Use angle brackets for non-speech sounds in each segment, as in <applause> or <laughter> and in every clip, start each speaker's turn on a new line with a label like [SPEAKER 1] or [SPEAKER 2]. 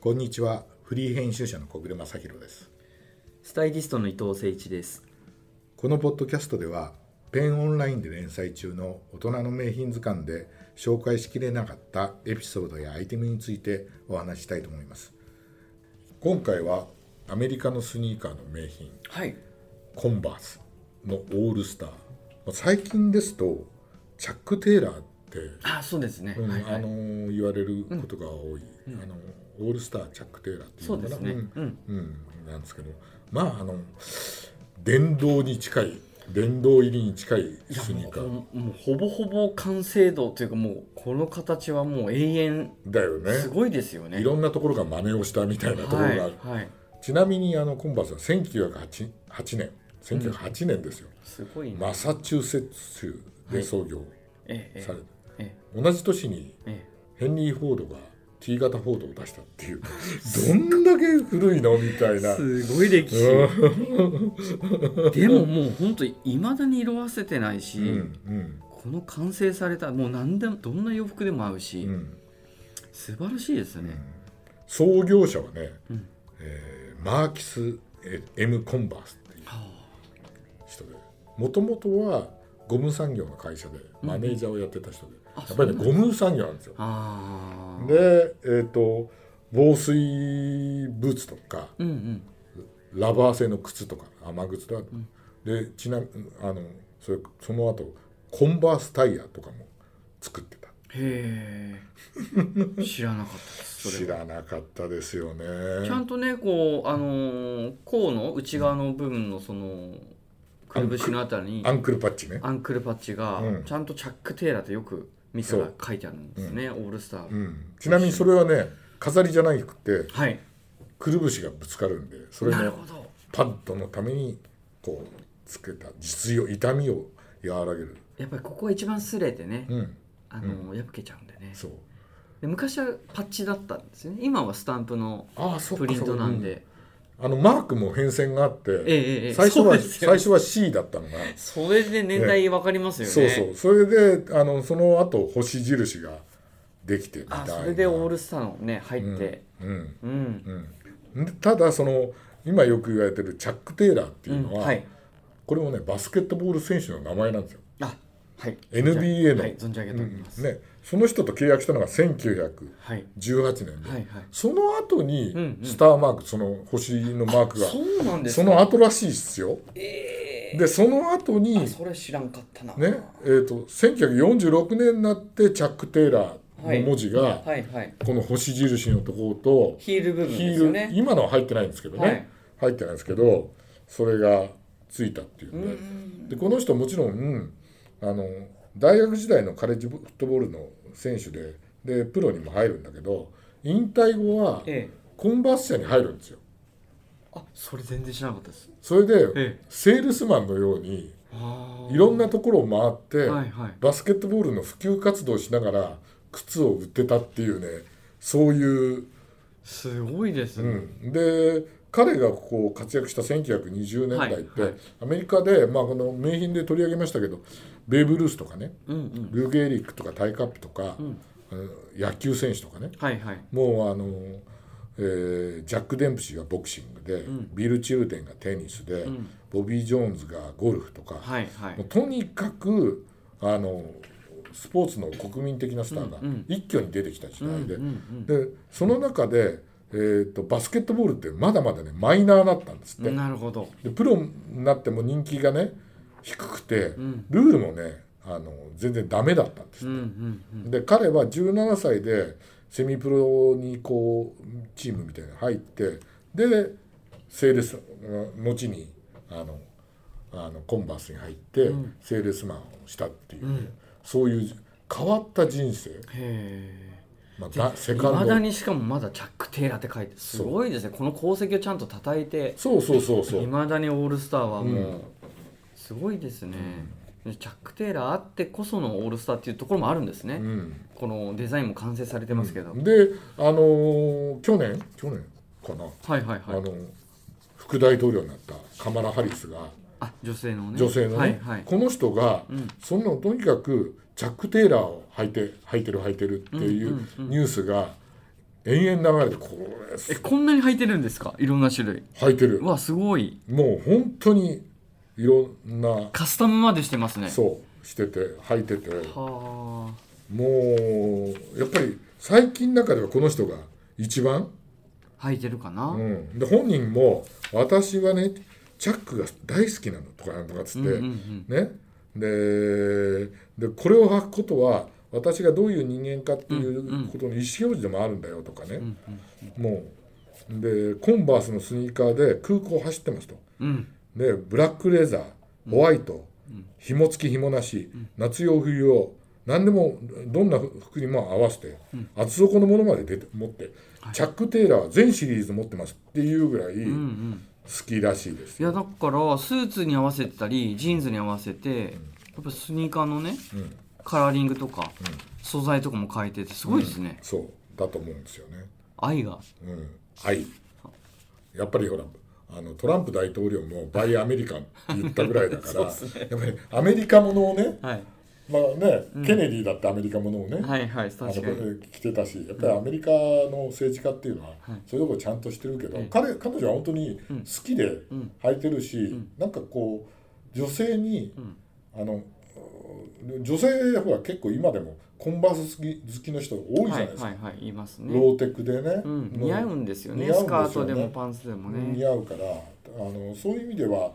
[SPEAKER 1] こんにちはフリー編集者の小暮正弘です
[SPEAKER 2] スタイリストの伊藤誠一です。
[SPEAKER 1] このポッドキャストではペンオンラインで連載中の大人の名品図鑑で紹介しきれなかったエピソードやアイテムについてお話ししたいと思います今回はアメリカのスニーカーの名品
[SPEAKER 2] はい。
[SPEAKER 1] コンバースのオールスター最近ですとチャック・テイラーって、
[SPEAKER 2] あ、そうですね。
[SPEAKER 1] うん
[SPEAKER 2] はいはい
[SPEAKER 1] あのー言われることが多い、あのオールスターチャック・テイラーっていう
[SPEAKER 2] そ
[SPEAKER 1] のか
[SPEAKER 2] うで
[SPEAKER 1] な
[SPEAKER 2] すね。
[SPEAKER 1] うん
[SPEAKER 2] うん。
[SPEAKER 1] うん、なんですけどまああの電動に近い電動入りに近い
[SPEAKER 2] いや
[SPEAKER 1] スニーカー
[SPEAKER 2] もうもうほぼほぼ完成度というかもうこの形はもう永遠
[SPEAKER 1] だよね
[SPEAKER 2] すごいですよね。
[SPEAKER 1] いろんなところが真似をしたみたいなところがある、
[SPEAKER 2] はい、はい。
[SPEAKER 1] ちなみにあのコンバースは1908年1908年ですよ、
[SPEAKER 2] すごいね。
[SPEAKER 1] マサチューセッツ州で創業
[SPEAKER 2] ええ
[SPEAKER 1] されて、
[SPEAKER 2] ええ
[SPEAKER 1] 同じ年に
[SPEAKER 2] え
[SPEAKER 1] ヘンリー・フォードが T 型フォードを出したっていう
[SPEAKER 2] <laughs>
[SPEAKER 1] どんだけ古いのみたい
[SPEAKER 2] え。
[SPEAKER 1] な
[SPEAKER 2] すごい歴史。でももう本当いまだに色あせてないし、
[SPEAKER 1] うんうん
[SPEAKER 2] この完成されたもう何でもどんな洋服でも合うし、
[SPEAKER 1] うん
[SPEAKER 2] 素晴らしいですね。
[SPEAKER 1] 創業者はね、
[SPEAKER 2] ん
[SPEAKER 1] えーマーキス・え M ・コンバースっていう
[SPEAKER 2] は
[SPEAKER 1] 人でもともとはゴム産業の会社でマネージャーをやってた人で、
[SPEAKER 2] あ
[SPEAKER 1] やっぱりねゴム産業なんですよ。
[SPEAKER 2] ああ。
[SPEAKER 1] で、えー、と防水ブーツとか
[SPEAKER 2] うんうん。
[SPEAKER 1] ラバー製の靴とか雨靴とか、でちなあのそれその後コンバースタイヤとかも作ってた
[SPEAKER 2] へえ知らなかったですそ
[SPEAKER 1] 知
[SPEAKER 2] れは
[SPEAKER 1] らなかったですよね。
[SPEAKER 2] ちゃんとねこうあのー甲の内側の部分のそのくるぶしのあたりに
[SPEAKER 1] アンクルパッチね。
[SPEAKER 2] アンクルパッチが
[SPEAKER 1] うん
[SPEAKER 2] ちゃんとチャック・テイラーとよく見たら書いてあるんですね、オールスター、
[SPEAKER 1] うん、ちなみにそれはね飾りじゃなくて
[SPEAKER 2] はい
[SPEAKER 1] くるぶしがぶつかるんでそれ
[SPEAKER 2] なる
[SPEAKER 1] の
[SPEAKER 2] ほど
[SPEAKER 1] パッドのためにこうつけた実用痛みを和らげる
[SPEAKER 2] やっぱりここが一番擦れてね、
[SPEAKER 1] うん
[SPEAKER 2] あのー破けちゃうんでね
[SPEAKER 1] そう
[SPEAKER 2] で昔はパッチだったんですよね今はスタンプの
[SPEAKER 1] ああそうか
[SPEAKER 2] プリントなん
[SPEAKER 1] そう
[SPEAKER 2] で
[SPEAKER 1] か、うんあのマークも変遷があって、
[SPEAKER 2] ええええええ
[SPEAKER 1] 最初は
[SPEAKER 2] そうですよ
[SPEAKER 1] 最初は C だったのが、
[SPEAKER 2] それで年代わかりますよね
[SPEAKER 1] そうそうそれであのその後星印ができてみたいな
[SPEAKER 2] あそれでオールスターのね入って
[SPEAKER 1] うん
[SPEAKER 2] うん、
[SPEAKER 1] うんでただその今よく言われてるチャック・テイラーっていうのは、
[SPEAKER 2] うんはい
[SPEAKER 1] これもねバスケットボール選手の名前なんですよ
[SPEAKER 2] あはい
[SPEAKER 1] NBA の
[SPEAKER 2] はい存じ上げております、
[SPEAKER 1] ね、その人と契約したのが1918
[SPEAKER 2] はい
[SPEAKER 1] 年で、
[SPEAKER 2] はいはい
[SPEAKER 1] その後に
[SPEAKER 2] うんうん
[SPEAKER 1] スターマーク、その星のマークが
[SPEAKER 2] そ
[SPEAKER 1] そう
[SPEAKER 2] なんですか
[SPEAKER 1] の後らしいですよ、
[SPEAKER 2] え
[SPEAKER 1] でその後に
[SPEAKER 2] ー、あ
[SPEAKER 1] ね、
[SPEAKER 2] それ知らんかったな
[SPEAKER 1] えー、と1946年になってチャック・テイラ
[SPEAKER 2] は
[SPEAKER 1] ー
[SPEAKER 2] い
[SPEAKER 1] の文字が
[SPEAKER 2] はいはい
[SPEAKER 1] この星印のところ
[SPEAKER 2] ヒール部
[SPEAKER 1] と
[SPEAKER 2] 分
[SPEAKER 1] ヒ
[SPEAKER 2] で
[SPEAKER 1] ー
[SPEAKER 2] すよ
[SPEAKER 1] ル、
[SPEAKER 2] ね
[SPEAKER 1] 今のは入ってないんですけどね、
[SPEAKER 2] はい
[SPEAKER 1] 入ってないんですけどそれがついたっていうね、でこの人もちろん、うんあの大学時代のカレッジフットボールの選手ででプロにも入るんだけど引退後は
[SPEAKER 2] ええ
[SPEAKER 1] コンバース社に入るんですよ
[SPEAKER 2] あそれ全然知らなかったです
[SPEAKER 1] それで、
[SPEAKER 2] ええ
[SPEAKER 1] セールスマンのように
[SPEAKER 2] あ
[SPEAKER 1] いろんなところを回って、
[SPEAKER 2] はいはい
[SPEAKER 1] バスケットボールの普及活動をしながら靴を売ってたっていうねそういう、
[SPEAKER 2] すごいです
[SPEAKER 1] う
[SPEAKER 2] ね、
[SPEAKER 1] ん、で彼がこう活躍した1920年代って、
[SPEAKER 2] はいはい
[SPEAKER 1] アメリカで、まあ、この名品で取り上げましたけどベーブ・ルースとかね、
[SPEAKER 2] うん、うん
[SPEAKER 1] ルーゲーリックとかタイカップとか、うん野球選手とかね
[SPEAKER 2] はいはい
[SPEAKER 1] もうあの、えージャック・デンプシーがボクシングで、ビル・チルデンがテニスで、ボビー・ジョーンズがゴルフとか、
[SPEAKER 2] はいは
[SPEAKER 1] もう
[SPEAKER 2] い
[SPEAKER 1] とにかくあのスポーツの国民的なスターが一挙に出てきた時代で,、でその中で、えー、とバスケットボールってまだまだねマイナーだったんですって。
[SPEAKER 2] なるほど
[SPEAKER 1] でプロになっても人気がね低くて、ルールもねあの全然ダメだったんです、
[SPEAKER 2] うんうん
[SPEAKER 1] で彼は17歳でセミプロにこうチームみたいなの入ってでセールス後にあのあのコンバースに入って、セールスマンをしたっていうね、そういう変わった人生、
[SPEAKER 2] へえ
[SPEAKER 1] まあだ、セ
[SPEAKER 2] い
[SPEAKER 1] カ
[SPEAKER 2] ま
[SPEAKER 1] ン
[SPEAKER 2] だ
[SPEAKER 1] ド
[SPEAKER 2] にしかもまだチャック・テイラーって書いてすごいですねこの功績をちゃんと叩いて
[SPEAKER 1] そうそうそうそ
[SPEAKER 2] いうまだにオールスターはもう、すごいですね、チャック・テイラーあってこそのオールスターっていうところもあるんですね、
[SPEAKER 1] うん
[SPEAKER 2] このデザインも完成されてますけど、
[SPEAKER 1] であのー去年去年かな
[SPEAKER 2] はいはい
[SPEAKER 1] あ
[SPEAKER 2] はい
[SPEAKER 1] の副大統領になったカマラ・ハリスが
[SPEAKER 2] あ女性のね
[SPEAKER 1] 女性のね、
[SPEAKER 2] はいはい
[SPEAKER 1] この人が、そのとにかくチャック・テイラーを履いて履いてる履いてるっていうニュースが延々流れてこれ
[SPEAKER 2] え
[SPEAKER 1] す
[SPEAKER 2] こんなに履いてるんですかいろんな種類
[SPEAKER 1] 履いてる
[SPEAKER 2] うわすごい
[SPEAKER 1] もう本当にいろんな
[SPEAKER 2] カスタムまでしてますね
[SPEAKER 1] そうしてて履いてて
[SPEAKER 2] は
[SPEAKER 1] もうやっぱり最近の中ではこの人が一番、
[SPEAKER 2] あ履いてるかな、
[SPEAKER 1] うん、で本人も「私はねチャックが大好きなの」とかなんとかっつっ
[SPEAKER 2] うん
[SPEAKER 1] て、
[SPEAKER 2] うんうん
[SPEAKER 1] ね、ででこれを履くことは私がどういう人間かっていうことの意思表示でもあるんだよとかね、
[SPEAKER 2] うん
[SPEAKER 1] もうでコンバースのスニーカーで空港を走ってますと
[SPEAKER 2] うんうん
[SPEAKER 1] でブラックレザーホワイト、紐付き紐なし、夏用冬用何でもどんな服にも合わせて、厚底のものまで出て持って、チャック・テイラーは全シリーズ持ってますっていうぐらい
[SPEAKER 2] うんう
[SPEAKER 1] 好
[SPEAKER 2] ん
[SPEAKER 1] きらしいです
[SPEAKER 2] い
[SPEAKER 1] よ、
[SPEAKER 2] やだからスーツに合わせてたりジーンズに合わせてやっぱスニーカーのね
[SPEAKER 1] うん
[SPEAKER 2] カラーリングとか、素材とかも変えててすごいですね、
[SPEAKER 1] そうだと思うんですよね。
[SPEAKER 2] 愛が
[SPEAKER 1] うん、はいやっぱりほらあのトランプ大統領も「バイアメリカン」って言ったぐらいだからやっぱりアメリカものをね,、
[SPEAKER 2] はい
[SPEAKER 1] まあねケネディだってアメリカものをね、
[SPEAKER 2] はいはい
[SPEAKER 1] あの
[SPEAKER 2] 確かに
[SPEAKER 1] 着てたしやっぱりアメリカの政治家っていうのは、そういうとこちゃんとしてるけど、彼彼女は本当に好きで履いてるし、なんかこう女性に、あの女性ほら結構今でもコンバース好き好きの人多いじゃ
[SPEAKER 2] は
[SPEAKER 1] ない
[SPEAKER 2] い
[SPEAKER 1] ですか、
[SPEAKER 2] はいはい言います
[SPEAKER 1] ロ
[SPEAKER 2] ね、
[SPEAKER 1] ーテクでね、
[SPEAKER 2] うん、
[SPEAKER 1] もう
[SPEAKER 2] 似合うんですよね
[SPEAKER 1] 似合うん
[SPEAKER 2] スカート
[SPEAKER 1] で
[SPEAKER 2] で
[SPEAKER 1] すよ
[SPEAKER 2] も
[SPEAKER 1] ね
[SPEAKER 2] パンツでも
[SPEAKER 1] 似
[SPEAKER 2] ね、
[SPEAKER 1] 合うからあのそういう意味では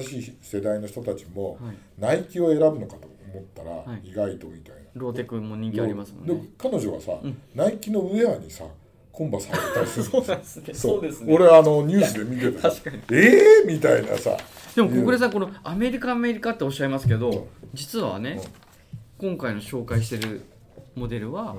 [SPEAKER 1] 新しい世代の人たちも、
[SPEAKER 2] はい、
[SPEAKER 1] ナイキを選ぶのかと思ったら、
[SPEAKER 2] はい
[SPEAKER 1] 意外とみたいな
[SPEAKER 2] ローテクも人気ありますもんね
[SPEAKER 1] で彼女はさ、ナイキのウェアにさコンバース履いたり
[SPEAKER 2] <laughs>
[SPEAKER 1] するの
[SPEAKER 2] んですね
[SPEAKER 1] そう俺あのニュースで見てた
[SPEAKER 2] 確かに
[SPEAKER 1] ええー、みたいなさ
[SPEAKER 2] でも小暮さんこのアメリカアメリカっておっしゃいますけど実はね今回の紹介してるモデルは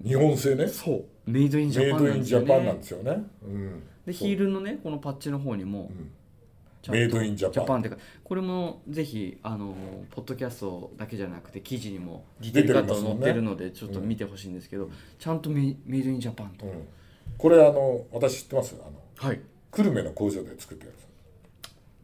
[SPEAKER 1] 日本製ね
[SPEAKER 2] そうメイドインジ
[SPEAKER 1] メイ
[SPEAKER 2] ャパン
[SPEAKER 1] ドイ
[SPEAKER 2] な
[SPEAKER 1] ン
[SPEAKER 2] んです
[SPEAKER 1] ジ
[SPEAKER 2] よ
[SPEAKER 1] ャパンなん
[SPEAKER 2] ね
[SPEAKER 1] ですよね、うん、
[SPEAKER 2] でヒールのねこのパッチの方にもちゃんと
[SPEAKER 1] メイドインジャ
[SPEAKER 2] ジャ
[SPEAKER 1] パ
[SPEAKER 2] パン
[SPEAKER 1] ン
[SPEAKER 2] ってかこれもぜひあのポッドキャストだけじゃなくて記事にもディテ
[SPEAKER 1] 出
[SPEAKER 2] ー
[SPEAKER 1] てま
[SPEAKER 2] ルカット
[SPEAKER 1] す
[SPEAKER 2] が
[SPEAKER 1] も
[SPEAKER 2] 載
[SPEAKER 1] ん
[SPEAKER 2] っ
[SPEAKER 1] ね
[SPEAKER 2] てるのでちょっと見てほしいんですけどちゃんとメイメイドインジャパンと
[SPEAKER 1] うん、これあの私知ってますあの
[SPEAKER 2] はい
[SPEAKER 1] 久留米の工場で作ってるやつ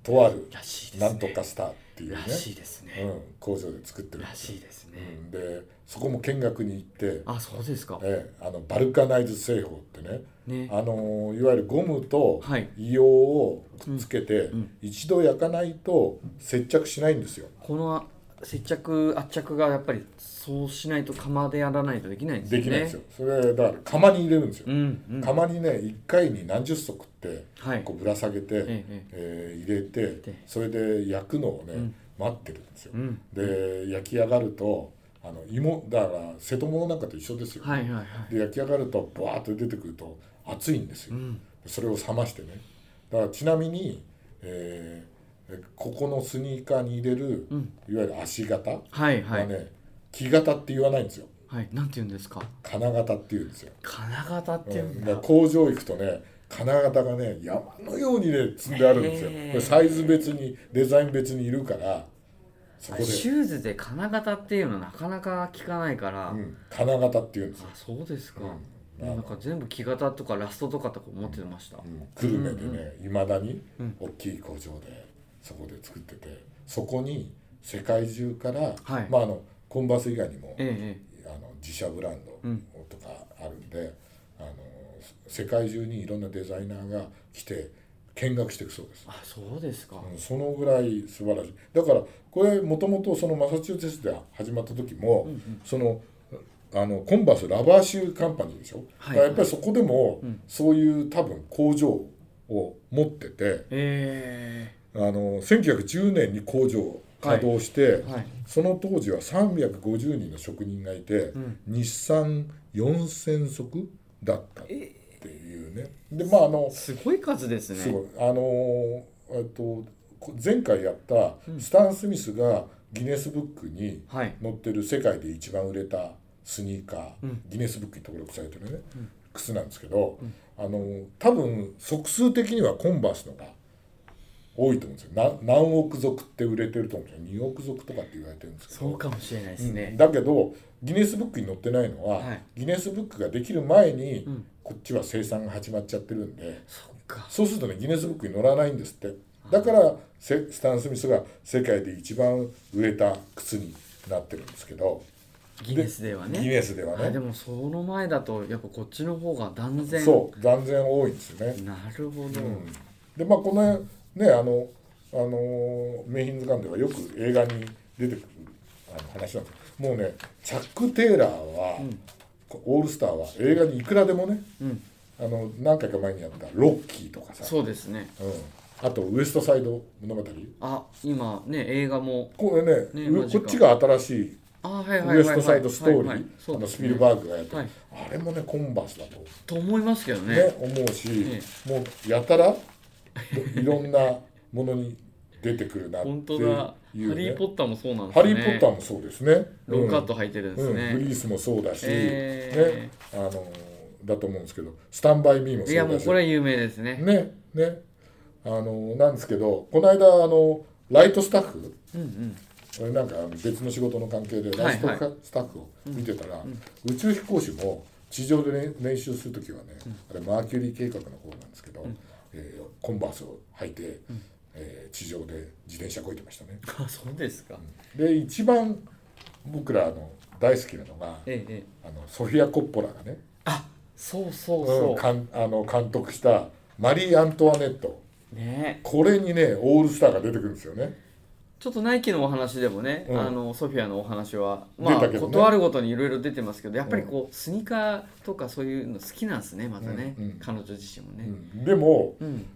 [SPEAKER 1] とある
[SPEAKER 2] らしいですね
[SPEAKER 1] なんとかスターっていうね
[SPEAKER 2] らしいですね
[SPEAKER 1] うん、工場で作ってる
[SPEAKER 2] らしいです
[SPEAKER 1] う
[SPEAKER 2] ね
[SPEAKER 1] んでそこも見学に行って、
[SPEAKER 2] あそうですか
[SPEAKER 1] ええあのバルカナイズ製法ってね
[SPEAKER 2] ね
[SPEAKER 1] あのいわゆるゴムと
[SPEAKER 2] はい
[SPEAKER 1] 硫黄をくっつけて、一度焼かないと接着しないんですよ。
[SPEAKER 2] この接着圧着がやっぱりそうしないと釜でやらないとできないんですよ
[SPEAKER 1] でき
[SPEAKER 2] ね
[SPEAKER 1] ないんですよ。それだから釜に入れるんですよ。
[SPEAKER 2] うんうん
[SPEAKER 1] 釜にね1回に何十足って
[SPEAKER 2] はい
[SPEAKER 1] こうぶら下げて、
[SPEAKER 2] ええ
[SPEAKER 1] えー入れて
[SPEAKER 2] で
[SPEAKER 1] それで焼くのをね、待ってるんですよ。
[SPEAKER 2] ん
[SPEAKER 1] で焼き上がるとあの芋だから瀬戸物なんかと一緒ですよ。
[SPEAKER 2] はいはいはい
[SPEAKER 1] で焼き上がるとバーッと出てくると熱いんですよ、それを冷ましてねだからちなみに、えーここのスニーカーに入れる、いわゆる足型は
[SPEAKER 2] はい
[SPEAKER 1] ね、
[SPEAKER 2] はい
[SPEAKER 1] 木型って言わないんですよ
[SPEAKER 2] はいなんて言うんですか
[SPEAKER 1] 金型って言うんですよ、
[SPEAKER 2] 金型って言う
[SPEAKER 1] うんん
[SPEAKER 2] だ
[SPEAKER 1] だから工場行くとね金型がね山のようにね積んであるんですよ
[SPEAKER 2] へー
[SPEAKER 1] これサイズ別にデザイン別にいるからそこで、
[SPEAKER 2] シューズで金型っていうのなかなか聞かないから、
[SPEAKER 1] うん、金型って言うんですよ
[SPEAKER 2] あそうですか、なんか全部木型とかラストとかとか思ってました、
[SPEAKER 1] 久留米でねいま、未だに大きい工場でそこで作っててそこに世界中から、
[SPEAKER 2] はい
[SPEAKER 1] まああのコンバース以外にも、
[SPEAKER 2] ええ
[SPEAKER 1] あの自社ブランドとかあるんで、あの世界中にいろんなデザイナーが来て見学していくそうです。
[SPEAKER 2] あそうですか、
[SPEAKER 1] うんそのぐらい素晴らしいだからこれもともとそのマサチューセッツで始まった時も、そのあのコンバースラバーシューカンパニーでしょ、だか
[SPEAKER 2] はい
[SPEAKER 1] らやっぱりそこでも、そういう多分工場を持ってて
[SPEAKER 2] え
[SPEAKER 1] あの1910年に工場を稼働して、
[SPEAKER 2] えはい
[SPEAKER 1] その当時は350人の職人がいて、日産4000足だったっていうね。でまああの
[SPEAKER 2] すごい数です
[SPEAKER 1] す
[SPEAKER 2] ね
[SPEAKER 1] ごいあのーえっとこ前回やったスタン・スミスがギネスブックに
[SPEAKER 2] はい
[SPEAKER 1] 載ってる世界で一番売れたスニーカー、ギネスブックに登録されてるね、靴なんですけど、あのー多分足数的にはコンバースのが多いと思うんですよな何億足って売れてると思うんですよ2億足とかって言われてるんですけど
[SPEAKER 2] そうかもしれないです
[SPEAKER 1] うん
[SPEAKER 2] ね、
[SPEAKER 1] だけどギネスブックに載ってないのは、
[SPEAKER 2] はい
[SPEAKER 1] ギネスブックができる前に、こっちは生産が始まっちゃってるんで。
[SPEAKER 2] そっか
[SPEAKER 1] そうするとねギネスブックに載らないんですってだからセスタン・スミスが世界で一番売れた靴になってるんですけど
[SPEAKER 2] ギネスでは
[SPEAKER 1] ギ
[SPEAKER 2] ね
[SPEAKER 1] ネスでは
[SPEAKER 2] あで
[SPEAKER 1] ね
[SPEAKER 2] もその前だとやっぱこっちの方が断然
[SPEAKER 1] そう断然多いんですよね、
[SPEAKER 2] なる
[SPEAKER 1] う
[SPEAKER 2] ほど、
[SPEAKER 1] んでまあこの辺ねあのあのー名品図鑑ではよく映画に出てくるあの話なんですけどもうねチャック・テイラーは、こオールスターは映画にいくらでもね
[SPEAKER 2] うん、
[SPEAKER 1] あの何回か前にやった「ロッキー」とかさ
[SPEAKER 2] そうですね
[SPEAKER 1] う、ん、あと「ウエスト・サイド物語」
[SPEAKER 2] あ今ね映画も
[SPEAKER 1] これね
[SPEAKER 2] ね
[SPEAKER 1] う
[SPEAKER 2] マジ
[SPEAKER 1] こ
[SPEAKER 2] か
[SPEAKER 1] っちが新しい
[SPEAKER 2] あはいはいはいはい
[SPEAKER 1] ウエストサイドストーリ
[SPEAKER 2] はいはい
[SPEAKER 1] ー、
[SPEAKER 2] そう
[SPEAKER 1] あ
[SPEAKER 2] で
[SPEAKER 1] の
[SPEAKER 2] す
[SPEAKER 1] ス
[SPEAKER 2] ね
[SPEAKER 1] ピルバーグがやった、
[SPEAKER 2] はい
[SPEAKER 1] あれもねコンバースだと、
[SPEAKER 2] と思いますけどね
[SPEAKER 1] ね思うし、
[SPEAKER 2] ね
[SPEAKER 1] もうやたらいろんなものに出てくるなっていう、
[SPEAKER 2] 本
[SPEAKER 1] ね、
[SPEAKER 2] 当だ、ハリー・ポッターもそうなんです
[SPEAKER 1] ハ
[SPEAKER 2] ね
[SPEAKER 1] リー・ポッターもそうですね。
[SPEAKER 2] ローカッ
[SPEAKER 1] ト
[SPEAKER 2] ト履いてるんですね、
[SPEAKER 1] グリースもそうだし、
[SPEAKER 2] え
[SPEAKER 1] ね、あのだと思うんですけど、スタンバイ・ミーもそ
[SPEAKER 2] いうや
[SPEAKER 1] だし、
[SPEAKER 2] もうこれは有名ですね
[SPEAKER 1] ねねあのなんですけど、この間あのライトスタッフ
[SPEAKER 2] うんうん
[SPEAKER 1] 俺なんかあの別の仕事の関係で
[SPEAKER 2] は
[SPEAKER 1] ラ
[SPEAKER 2] い
[SPEAKER 1] イト
[SPEAKER 2] はい
[SPEAKER 1] スタッフを見てたら、宇宙飛行士も地上で、ね、練習する時はね、あれマーキュリー計画の方なんですけど、えーコンバースを履いて、えー地上で自転車こいてましたね。
[SPEAKER 2] あそうですか、
[SPEAKER 1] で一番僕らの大好きなのが
[SPEAKER 2] ええええ
[SPEAKER 1] あのソフィア・コッポラがね、
[SPEAKER 2] あそうそう
[SPEAKER 1] うん、
[SPEAKER 2] そ
[SPEAKER 1] かんあの監督した「マリー・アントワネット
[SPEAKER 2] う、ね」
[SPEAKER 1] これにねオールスターが出てくるんですよね。
[SPEAKER 2] ちょっとナイキのお話でもね、
[SPEAKER 1] うん
[SPEAKER 2] あのソフィアのお話は、まあ
[SPEAKER 1] 出たけどね
[SPEAKER 2] 断るごとにいろいろ出てますけどやっぱりこう、スニーカーとかそういうの好きなんですねまたね、
[SPEAKER 1] うんうん
[SPEAKER 2] 彼女自身も
[SPEAKER 1] う
[SPEAKER 2] ね、
[SPEAKER 1] ん、でも
[SPEAKER 2] うん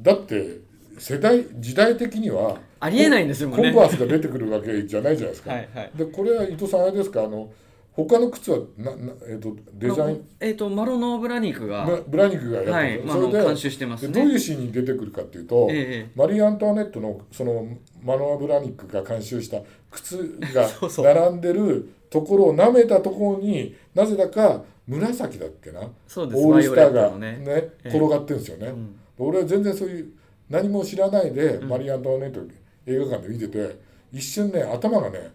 [SPEAKER 1] だって世代時代的には
[SPEAKER 2] ありえないんですよもう
[SPEAKER 1] コ
[SPEAKER 2] ね
[SPEAKER 1] ンバースが出てくるわけじゃないじゃないですか。
[SPEAKER 2] はいはい
[SPEAKER 1] でこれは伊藤さんあれですかあの他の靴はなな、えっとデザイン
[SPEAKER 2] えっ、とマロノー・ブラニクが
[SPEAKER 1] ブブラニクがやってる、
[SPEAKER 2] はい、まあ、あの監修してます
[SPEAKER 1] でどうい
[SPEAKER 2] ね
[SPEAKER 1] うシーンに出てくるかっていうと、
[SPEAKER 2] ええ
[SPEAKER 1] マリー・アントワネットのそのマノア・ブラニックが監修した靴が
[SPEAKER 2] <laughs> そうそう
[SPEAKER 1] 並んでるところを舐めたところになぜだか紫だっけな
[SPEAKER 2] そうです
[SPEAKER 1] オールスター
[SPEAKER 2] バイオレッ
[SPEAKER 1] が
[SPEAKER 2] トのね
[SPEAKER 1] ね
[SPEAKER 2] ええ
[SPEAKER 1] 転がってるんですよね、
[SPEAKER 2] ん
[SPEAKER 1] 俺は全然そういう何も知らないで、マリー・アントワネット映画館で見てて一瞬ね頭がね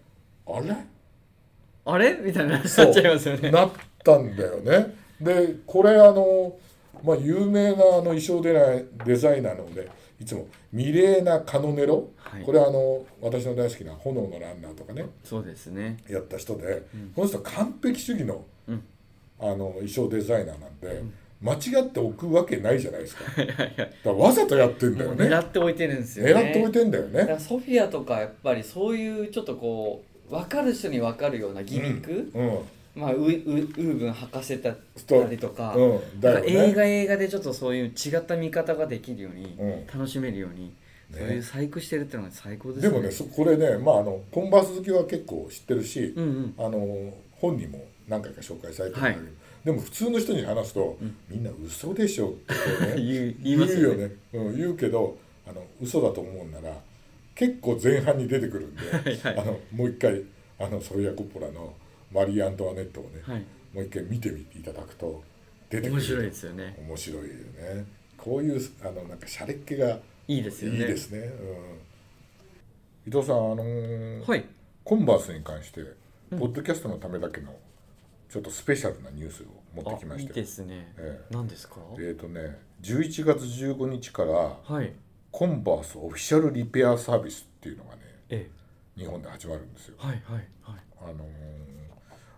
[SPEAKER 1] あれ
[SPEAKER 2] あれみたいな話
[SPEAKER 1] そう
[SPEAKER 2] になっちゃいますよね
[SPEAKER 1] なったんだよね。でこれあの、まあ、有名なあの衣装デザデザイナーなのでいつも「ミレーナ・カノネロ」
[SPEAKER 2] はい
[SPEAKER 1] これはあの私の大好きな「炎のランナー」とかね
[SPEAKER 2] そうで
[SPEAKER 1] <laughs>
[SPEAKER 2] すね
[SPEAKER 1] やった人で、この人完璧主義の,、
[SPEAKER 2] うん
[SPEAKER 1] あの衣装デザイナーなんで、間違って置くわけないじゃないですか。だ
[SPEAKER 2] はいはいはい
[SPEAKER 1] からわざとやってんだ
[SPEAKER 2] も
[SPEAKER 1] よ
[SPEAKER 2] う
[SPEAKER 1] ね
[SPEAKER 2] 狙。っておいてるんですよね
[SPEAKER 1] 狙っておいてんだよ
[SPEAKER 2] だか
[SPEAKER 1] ね。
[SPEAKER 2] らソフィアとかやっぱりそういうちょっとこう分かる人に分かるようなギミック、
[SPEAKER 1] うん、
[SPEAKER 2] まあ、ウウウーブン履かせたりとか,、
[SPEAKER 1] うん、
[SPEAKER 2] な
[SPEAKER 1] だよ
[SPEAKER 2] んか
[SPEAKER 1] ね。
[SPEAKER 2] 映画映画でちょっとそういう違った見方ができるように、
[SPEAKER 1] うん
[SPEAKER 2] 楽しめるようにそういう細工してるってのが最高です
[SPEAKER 1] でもねそこれね、まあ、あのコンバース好きは結構知ってるし、
[SPEAKER 2] うんうん
[SPEAKER 1] あの本人も何回か紹介されてるんだけど、でも普通の人に話すと、みんな嘘でしょってこうね
[SPEAKER 2] 言う <laughs> 言いますよね
[SPEAKER 1] 言うよね、うん、言うけどあの嘘だと思うんなら結構前半に出てくるんで
[SPEAKER 2] <laughs> はいはい
[SPEAKER 1] あのもう一回あのソフィア・コッポラの「マリー・アントワネット」をね、
[SPEAKER 2] はい
[SPEAKER 1] もう一回見てみていただくと出てくる
[SPEAKER 2] 面白いですよね
[SPEAKER 1] 面白いよねこういうあのなんか洒落っ気が
[SPEAKER 2] いいですよね
[SPEAKER 1] いいですね、うん、伊藤さんあのー
[SPEAKER 2] はい
[SPEAKER 1] コンバースに関して、ポッドキャストのためだけのちょっとスペシャルなニュースを持ってき
[SPEAKER 2] あ
[SPEAKER 1] ま
[SPEAKER 2] い
[SPEAKER 1] し
[SPEAKER 2] い
[SPEAKER 1] て
[SPEAKER 2] ですね、
[SPEAKER 1] え
[SPEAKER 2] 何ですか
[SPEAKER 1] えーとね11月15日から
[SPEAKER 2] はい
[SPEAKER 1] コンバースオフィシャルリペアサービスっていうのがね
[SPEAKER 2] え
[SPEAKER 1] 日本で始まるんですよ。
[SPEAKER 2] えはいはいはい
[SPEAKER 1] あのー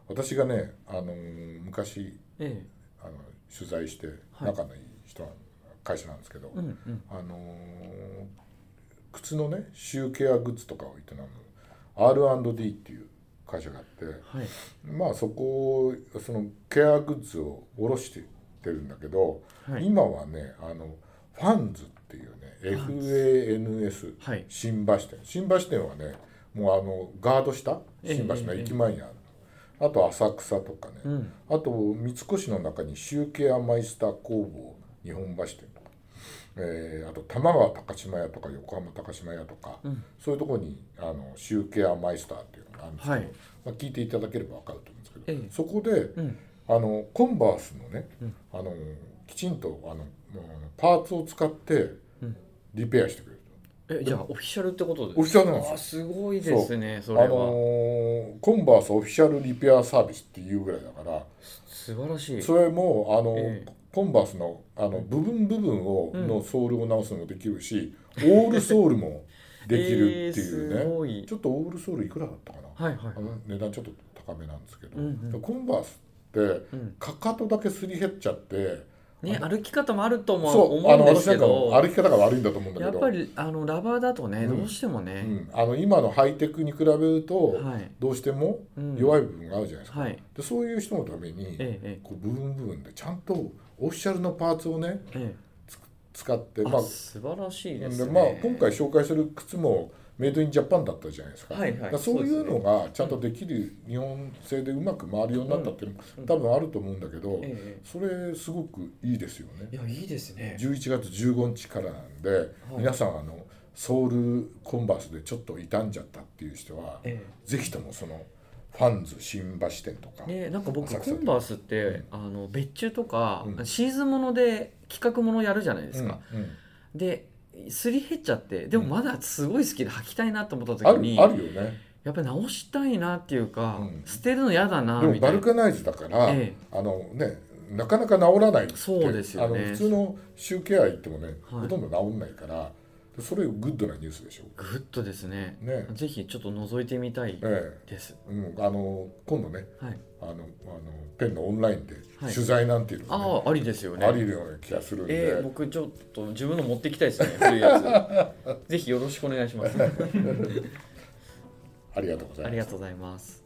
[SPEAKER 1] 私がね、あのー昔
[SPEAKER 2] え
[SPEAKER 1] あの取材して
[SPEAKER 2] はい
[SPEAKER 1] 仲のいい人なん会社なんですけど、
[SPEAKER 2] えうんうん
[SPEAKER 1] あのー靴のねシューケアグッズとかを営む R&D っていう会社があって、
[SPEAKER 2] はい
[SPEAKER 1] まあそこをそのケアグッズを卸してってるんだけど、
[SPEAKER 2] はい
[SPEAKER 1] 今はねあのファンズっていうね FANS
[SPEAKER 2] はい
[SPEAKER 1] 新橋店新橋店はねもうあのガード下
[SPEAKER 2] ええ
[SPEAKER 1] 新橋の駅前にある、あと浅草とかね、
[SPEAKER 2] うん
[SPEAKER 1] あと三越の中にシューケアマイスター工房日本橋店とか、えーあと多摩川高島屋とか横浜高島屋とか、
[SPEAKER 2] うん
[SPEAKER 1] そういうところにあのシューケアマイスターっていうのがあるんですけど、
[SPEAKER 2] はい
[SPEAKER 1] まあ、聞いていただければ分かると思うんですけど、
[SPEAKER 2] ええ
[SPEAKER 1] そこで、
[SPEAKER 2] うん
[SPEAKER 1] あのコンバースのね、
[SPEAKER 2] うん
[SPEAKER 1] あのきちんとあのもうパーツを使って
[SPEAKER 2] うん
[SPEAKER 1] リペアしてくれる
[SPEAKER 2] えじゃあオフィシャルってことです
[SPEAKER 1] オフィシャルなん
[SPEAKER 2] あ
[SPEAKER 1] です
[SPEAKER 2] すごいですねそ
[SPEAKER 1] よ。
[SPEAKER 2] れ
[SPEAKER 1] あ
[SPEAKER 2] は、
[SPEAKER 1] のーコンバースオフィシャルリペアサービスっていうぐらいだから
[SPEAKER 2] 素晴らしい
[SPEAKER 1] それもあの、
[SPEAKER 2] ええ
[SPEAKER 1] コンバースのあの部分部分を、
[SPEAKER 2] うん
[SPEAKER 1] のソールを直すのもできるしオールソールもできるってい
[SPEAKER 2] <laughs> えーす
[SPEAKER 1] うね、
[SPEAKER 2] ごい
[SPEAKER 1] ちょっとオールソールいくらだったかな
[SPEAKER 2] はいはい
[SPEAKER 1] あの値段ちょっと高高めなんですけど、
[SPEAKER 2] うんうん
[SPEAKER 1] でコンバースって
[SPEAKER 2] うん
[SPEAKER 1] かかとだけすり減っちゃって
[SPEAKER 2] ね、歩き方もあるとも
[SPEAKER 1] そう
[SPEAKER 2] 思
[SPEAKER 1] あ
[SPEAKER 2] うん
[SPEAKER 1] の
[SPEAKER 2] です
[SPEAKER 1] 私な
[SPEAKER 2] け
[SPEAKER 1] んか
[SPEAKER 2] ど
[SPEAKER 1] も歩き方が悪いんだと思うんだ
[SPEAKER 2] や
[SPEAKER 1] けど
[SPEAKER 2] っぱりあのラバーだとね、
[SPEAKER 1] うん
[SPEAKER 2] どうしても
[SPEAKER 1] う
[SPEAKER 2] ね、
[SPEAKER 1] ん、あの今のハイテクに比べると、
[SPEAKER 2] はい、
[SPEAKER 1] どうしても
[SPEAKER 2] うん
[SPEAKER 1] 弱い部分があるじゃないですか、
[SPEAKER 2] はい
[SPEAKER 1] でそういう人のために
[SPEAKER 2] ええ
[SPEAKER 1] こう部分部分でちゃんとオフィシャルのパーツをね
[SPEAKER 2] えええ
[SPEAKER 1] 使って
[SPEAKER 2] え、
[SPEAKER 1] まあ
[SPEAKER 2] あ、素晴らしいです
[SPEAKER 1] で
[SPEAKER 2] ね
[SPEAKER 1] まあ、今回紹介する靴もメイドインジャパンだったじゃないですか,、
[SPEAKER 2] はいはい
[SPEAKER 1] そういうのがちゃんとできる日本製でうまく回るようになったっていうのも
[SPEAKER 2] うん
[SPEAKER 1] 多分あると思うんだけど、
[SPEAKER 2] え
[SPEAKER 1] それすごくいいですよ
[SPEAKER 2] え
[SPEAKER 1] ね。
[SPEAKER 2] いやいいですね
[SPEAKER 1] 11月15日からなんで、皆さんあのソウルコンバースでちょっと傷んじゃったっていう人は、
[SPEAKER 2] え
[SPEAKER 1] ぜひともそのファンズ新橋店とか、
[SPEAKER 2] えね、なんか僕
[SPEAKER 1] 浅
[SPEAKER 2] コ
[SPEAKER 1] 草で
[SPEAKER 2] ンバースって、あの別注とか、
[SPEAKER 1] うん
[SPEAKER 2] シーズンもので企画ものやるじゃないですか、
[SPEAKER 1] うんうん
[SPEAKER 2] ですり減っちゃってでもまだすごい好きで履きたいなと思った
[SPEAKER 1] あ
[SPEAKER 2] 時に、
[SPEAKER 1] るあるよね
[SPEAKER 2] やっぱり直したいなっていうか、
[SPEAKER 1] うん
[SPEAKER 2] 捨てるの嫌だな
[SPEAKER 1] でも
[SPEAKER 2] みた
[SPEAKER 1] バ
[SPEAKER 2] い
[SPEAKER 1] ル
[SPEAKER 2] な
[SPEAKER 1] カナイズだから、
[SPEAKER 2] え
[SPEAKER 1] あのねなかなか治らないって
[SPEAKER 2] そうですよね
[SPEAKER 1] あの普通のシューケア行ってもね、
[SPEAKER 2] はい
[SPEAKER 1] ほとんど治んないからそれグッドなニュースでしょ
[SPEAKER 2] グッとですね
[SPEAKER 1] ね
[SPEAKER 2] ぜひちょっと覗いてみたい
[SPEAKER 1] え
[SPEAKER 2] です、
[SPEAKER 1] えうん、あの今度ね
[SPEAKER 2] はい、
[SPEAKER 1] あのあのペンのオンラインで
[SPEAKER 2] はい
[SPEAKER 1] 取材なんていうのが、ね
[SPEAKER 2] ああありですよね
[SPEAKER 1] ありるような気がするんで、
[SPEAKER 2] えー、僕ちょっと自分の持ってきたいですね古いや
[SPEAKER 1] <laughs>
[SPEAKER 2] つぜひよろしくお願いします
[SPEAKER 1] ありがとうござい
[SPEAKER 2] あ
[SPEAKER 1] ます
[SPEAKER 2] り。がとうございます